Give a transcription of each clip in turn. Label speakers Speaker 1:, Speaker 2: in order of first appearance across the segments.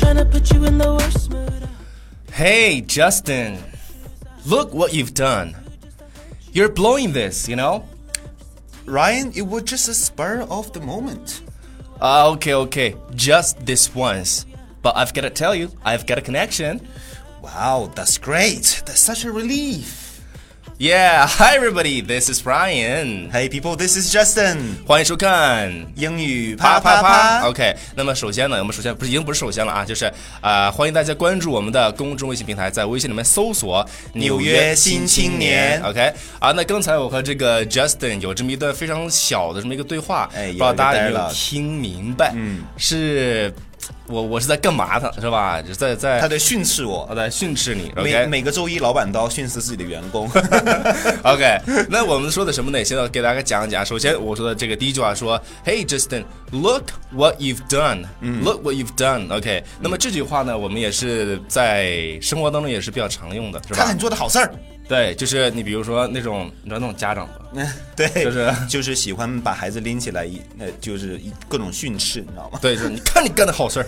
Speaker 1: when the worst mood.
Speaker 2: Hey, Justin, look what you've done. You're blowing this, you know?
Speaker 3: Ryan, it was just a spur of the moment.
Speaker 2: Ah, okay, okay, just this once. But I've gotta tell you, I've got a connection.
Speaker 3: Wow, that's great. That's such a relief.
Speaker 2: Yeah, hi everybody, this is Ryan.
Speaker 3: Hey people, this is Justin.
Speaker 2: 欢迎收看
Speaker 3: 英语
Speaker 2: 啪啪
Speaker 3: 啪啪
Speaker 2: 啪
Speaker 3: 啪。
Speaker 2: OK，那么首先呢，我们首先不是已经不是首先了啊，就是呃，欢迎大家关注我们的公众微信平台，在微信里面搜索“
Speaker 3: 纽约新青年
Speaker 2: OK 啊，那刚才我和这个 Justin 有这么一段非常小的这么一个对话，
Speaker 3: 哎
Speaker 2: 不知道大家有没
Speaker 3: 有一个呆
Speaker 2: 有
Speaker 3: 了
Speaker 2: 听明白？嗯，是我我是在干嘛呢？是吧？就是在在
Speaker 3: 他在训斥我
Speaker 2: 我，在训斥你。
Speaker 3: 每
Speaker 2: OK，
Speaker 3: 每个周一老板都要训斥自己的员工。
Speaker 2: OK，那我们说的什么呢？现在给大家讲一讲。首先，我说的这个第一句话说：“Hey Justin, look what you've done. Look what you've done.” OK，那么这句话呢，我们也是在生活当中也是比较常用的，是
Speaker 3: 看看
Speaker 2: 吧
Speaker 3: 你？做的好事儿。
Speaker 2: 对，就是你比如说那种，你知道那种家长吧，
Speaker 3: 对，
Speaker 2: 就是
Speaker 3: 就是喜欢把孩子拎起来，一呃，就是一各种训斥，你知道 吗？
Speaker 2: 对，就是你看你干的好事儿，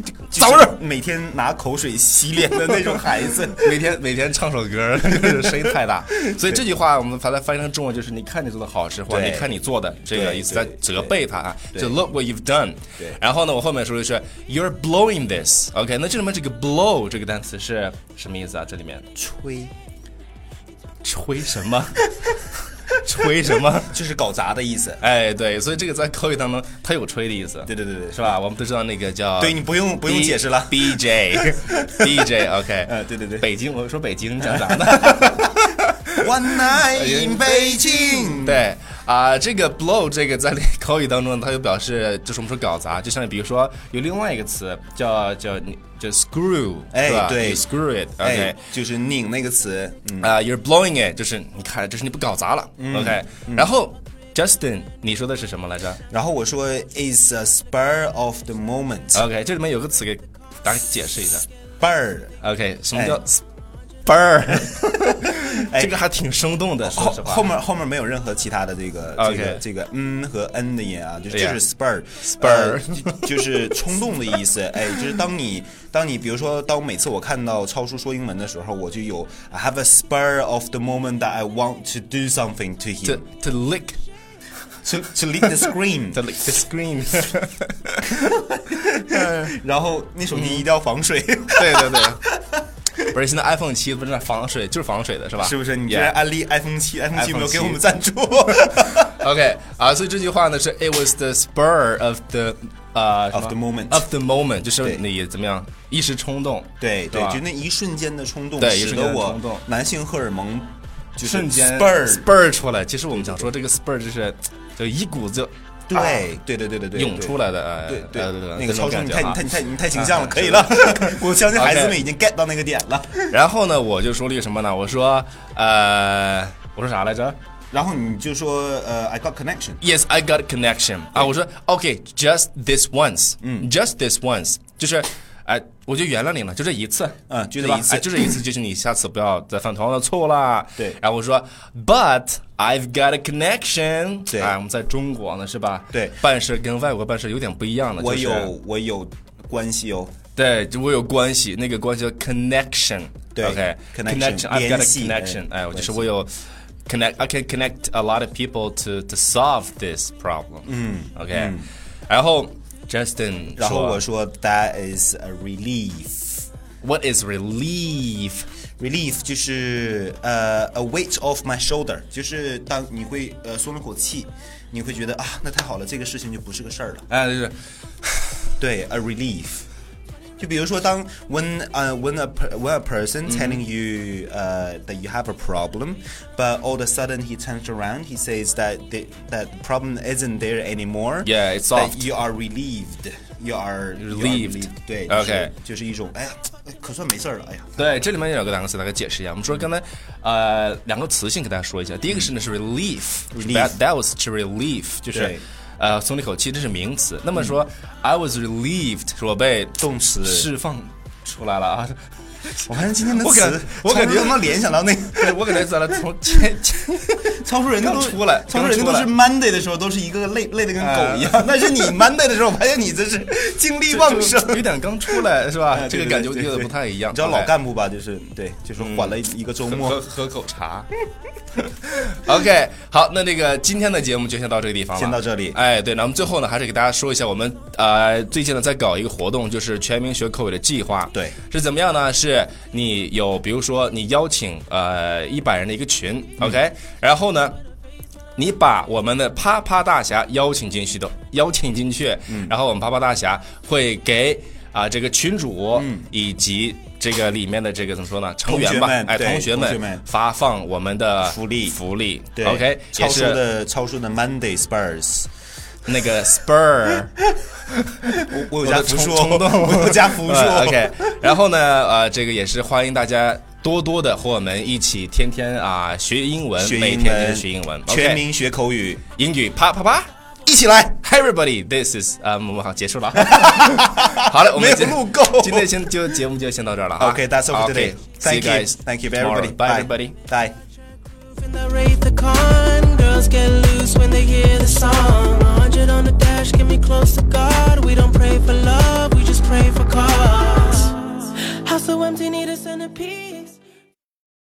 Speaker 3: 就是
Speaker 2: 早日
Speaker 3: 每天拿口水洗脸的那种孩 子。
Speaker 2: 每天每天唱首歌， 就是声音太大。所以这句话我们把它翻译成中文就是：你看你做的好事，或者
Speaker 3: 对
Speaker 2: 你看你做的这个
Speaker 3: 对
Speaker 2: 意思，在
Speaker 3: 对
Speaker 2: 责备他啊。
Speaker 3: 对
Speaker 2: 就 look what you've done
Speaker 3: 对。
Speaker 2: 然后呢，我后面说的是 you're blowing this。OK，那这里面这个 blow 这个单词是什么意思啊？这里面
Speaker 3: 吹，
Speaker 2: 吹什么？ 吹什么？
Speaker 3: 就是搞砸的意思。
Speaker 2: 哎，对，所以这个在口语当中它有吹的意思，
Speaker 3: 对对对对，
Speaker 2: 是？吧？我们都知道那个叫
Speaker 3: 对你不用不用解 释了。
Speaker 2: B J B J OK，
Speaker 3: 呃对对对
Speaker 2: 北京，我说北京讲啥 呢？
Speaker 3: One night
Speaker 2: 哎
Speaker 3: in 北京。
Speaker 2: 对啊、这个 blow 这个在口语当中，它就表示就是我们说搞砸，就像比如说有另外一个词叫叫你叫 screw，
Speaker 3: 哎
Speaker 2: 是吧
Speaker 3: 对
Speaker 2: ，you screw it，OK、
Speaker 3: 哎，就是拧那个词，嗯，
Speaker 2: 啊、y o u r e blowing it，就是你看，就是你不搞砸了、o k
Speaker 3: 嗯
Speaker 2: 然后 Justin，你说的是什么来着
Speaker 3: 然后我说 is a spur of the moment，
Speaker 2: ？OK，这里面有个词给大家解释一下。
Speaker 3: spur，
Speaker 2: OK，什么
Speaker 3: 哎
Speaker 2: 叫 spur？、
Speaker 3: 哎
Speaker 2: 这个还挺生动的，说
Speaker 3: 后
Speaker 2: 实话。
Speaker 3: 后面后面没有任何其他的这个
Speaker 2: OK
Speaker 3: 这个这个嗯和嗯的音啊，就是
Speaker 2: Yeah
Speaker 3: 就是 spur
Speaker 2: Spur
Speaker 3: 呃就就是冲动的意思。哎，就是当你当你比如说当每次我看到超叔说英文的时候，我就有 I have a spur of the moment that I want to do something to
Speaker 2: to
Speaker 3: him
Speaker 2: to lick
Speaker 3: to to lead the screen
Speaker 2: to。lick the screen 。
Speaker 3: 然后那手机一定要 防水，
Speaker 2: 对对对， 不是现在 iPhone 七不是那防水就是防水的是吧？
Speaker 3: 是不是？你居
Speaker 2: Yeah
Speaker 3: 然安利 iPhone 七，iPhone 七没有给
Speaker 2: 7
Speaker 3: 我 们赞助。
Speaker 2: OK 啊，所以这句话呢是 It was the spur of the 呃、什么
Speaker 3: Of the moment
Speaker 2: of the moment，就是
Speaker 3: 对
Speaker 2: 你怎么样一时冲动，
Speaker 3: 对
Speaker 2: 对
Speaker 3: 对
Speaker 2: 吧，
Speaker 3: 就那一瞬间的冲动，
Speaker 2: 对一
Speaker 3: 使
Speaker 2: 瞬
Speaker 3: 得
Speaker 2: 间的
Speaker 3: 我
Speaker 2: 冲动
Speaker 3: 男性荷尔蒙就是
Speaker 2: 瞬间
Speaker 3: spur
Speaker 2: spur 出来。其实我们想说这个 spur 就是就一股子啊
Speaker 3: 对对对对对对，
Speaker 2: 涌出
Speaker 3: 来。
Speaker 2: 来的，哎
Speaker 3: 对对
Speaker 2: 哎对对，
Speaker 3: 那个超
Speaker 2: 这
Speaker 3: 叔，
Speaker 2: 种
Speaker 3: 你
Speaker 2: 感觉啊
Speaker 3: 太你太你太你太形象了，可以了。 我相信孩子
Speaker 2: OK
Speaker 3: 们已经 get 到那个点了。
Speaker 2: 然后呢，我就说了一个什么呢？我说呃，我说啥来着？
Speaker 3: 然后你就说，呃，I got connection。
Speaker 2: Yes, I got a connection. 啊，我说 OK, just this once. 嗯，just this once，就是，哎、我就原谅你了，就这一次。
Speaker 3: 嗯就这
Speaker 2: 对吧
Speaker 3: 一次
Speaker 2: 哎就这一次，就是你下次不要再犯同样的错误啦。
Speaker 3: 对
Speaker 2: 然后我说，But I've got a connection。
Speaker 3: 对
Speaker 2: 哎，我们在中国呢，是吧？
Speaker 3: 对
Speaker 2: 办事跟外国办事有点不一样了。
Speaker 3: 我
Speaker 2: 就是
Speaker 3: 有我有关系哦，
Speaker 2: 对，就我有关系，那个关系叫 connection
Speaker 3: 对
Speaker 2: OK,
Speaker 3: connection，
Speaker 2: I've got a
Speaker 3: 联系
Speaker 2: connection.
Speaker 3: 哎
Speaker 2: 哎，我就是
Speaker 3: 联系
Speaker 2: 我有 connect. I can connect a lot of people to to solve this problem. 嗯，OK 然后 Justin
Speaker 3: 然后我
Speaker 2: 说啊
Speaker 3: 说 that is a relief。
Speaker 2: What is relief？
Speaker 3: relief 就是呃、a weight off my shoulder，就是当你会呃松了口气，你会觉得啊，那太好了，这个事情就不是个事儿了。
Speaker 2: 哎，就是
Speaker 3: 对，a relief。就比如说，当 when 呃、when a per- when a person
Speaker 2: Mm-hmm.
Speaker 3: telling you 呃、that you have a problem，but all of a sudden he turns around, he says that the, that the problem isn't there anymore.
Speaker 2: Yeah, it's
Speaker 3: that
Speaker 2: solved.
Speaker 3: You are relieved. You are you are
Speaker 2: Relieved.
Speaker 3: relieved. 对
Speaker 2: Okay.
Speaker 3: 就是就是一种哎呀，可算没事儿了，哎呀。
Speaker 2: 对，这里面有个两个词，大概解释一下。我们说刚才，呃，两个词性给大家说一下。第一个是呢是
Speaker 3: Relief
Speaker 2: relief，that that was to relief，就是
Speaker 3: 对
Speaker 2: 呃松了一口气，这是名词。那么说 I was relieved，是我被
Speaker 3: 动词
Speaker 2: 释放出来了啊。
Speaker 3: 我发现今天的
Speaker 2: 我感
Speaker 3: 词，
Speaker 2: 我感觉
Speaker 3: 超叔都能联想到那个
Speaker 2: 对我感觉咱俩 从前前
Speaker 3: 超叔人家都
Speaker 2: 刚出来
Speaker 3: 超叔人家
Speaker 2: 刚出
Speaker 3: 都
Speaker 2: 来
Speaker 3: 是 Monday 的时候都是一个累累的跟狗一 样，
Speaker 2: 啊
Speaker 3: 呃但是你 Monday 的时候，我发现你这是精力旺盛。
Speaker 2: 有点刚出来是吧
Speaker 3: 哎？
Speaker 2: 这 个
Speaker 3: 对对
Speaker 2: 感觉
Speaker 3: 对
Speaker 2: 有点
Speaker 3: 对嗯
Speaker 2: 不太一样。
Speaker 3: 你知道老
Speaker 2: OK
Speaker 3: 干部吧？就是对，就是缓了一个周
Speaker 2: 喝
Speaker 3: 末。
Speaker 2: 喝口茶。OK，好，那这个今天的节目就先到这个地方了，
Speaker 3: 先到这里
Speaker 2: 哎，对，那我们最后呢，还是给大家说一下，我们呃最近呢在搞一个活动，就是全民学口语的计划。
Speaker 3: 对
Speaker 2: 是怎么样呢？是你有，比如说你邀请呃一百人的一个群，OK，、然
Speaker 3: 嗯
Speaker 2: 后呢。你把我们的啪啪大侠邀请进去的，邀请进去，
Speaker 3: 嗯
Speaker 2: 然后我们啪啪大侠会给啊、这个群主、以及这个里面的这个怎么说呢成员吧
Speaker 3: 嗯同学，们
Speaker 2: 哎
Speaker 3: 对
Speaker 2: 同学
Speaker 3: 同学
Speaker 2: 们
Speaker 3: 们
Speaker 2: 发放我们的
Speaker 3: 福利
Speaker 2: 福利，
Speaker 3: 对
Speaker 2: o k
Speaker 3: 超
Speaker 2: 也是
Speaker 3: 叔的超叔的 Monday Spurs，
Speaker 2: 那个 spur，
Speaker 3: 我我有
Speaker 2: 我
Speaker 3: 加
Speaker 2: 的
Speaker 3: 福
Speaker 2: 冲
Speaker 3: 数，
Speaker 2: 冲动，
Speaker 3: 我有加福数。
Speaker 2: 呃 OK，然后呢，呃，这个也是欢迎大家多多的和我们一起天天啊、学英文，
Speaker 3: 学英文
Speaker 2: 每天天学英文，
Speaker 3: 全
Speaker 2: OK,
Speaker 3: 民学口语，
Speaker 2: 英语啪啪啪。
Speaker 3: 一起来，
Speaker 2: Hi everybody, this is 啊、我们好结束 了，好了，我
Speaker 3: 没
Speaker 2: 们
Speaker 3: 有
Speaker 2: 今
Speaker 3: 录够。
Speaker 2: 今天先就节目就先到这儿了哈。
Speaker 3: Okay, that's all for
Speaker 2: Okay, see
Speaker 3: today.
Speaker 2: you
Speaker 3: Thank you,
Speaker 2: guys.
Speaker 3: thank you,
Speaker 2: tomorrow.
Speaker 3: everybody.
Speaker 2: Bye everybody.
Speaker 3: Bye.
Speaker 1: Narrate the con. Girls get loose when they hear the song. 100 on the dash, get me close to God. We don't pray for love, we just pray for cause. House so empty, need a centipede.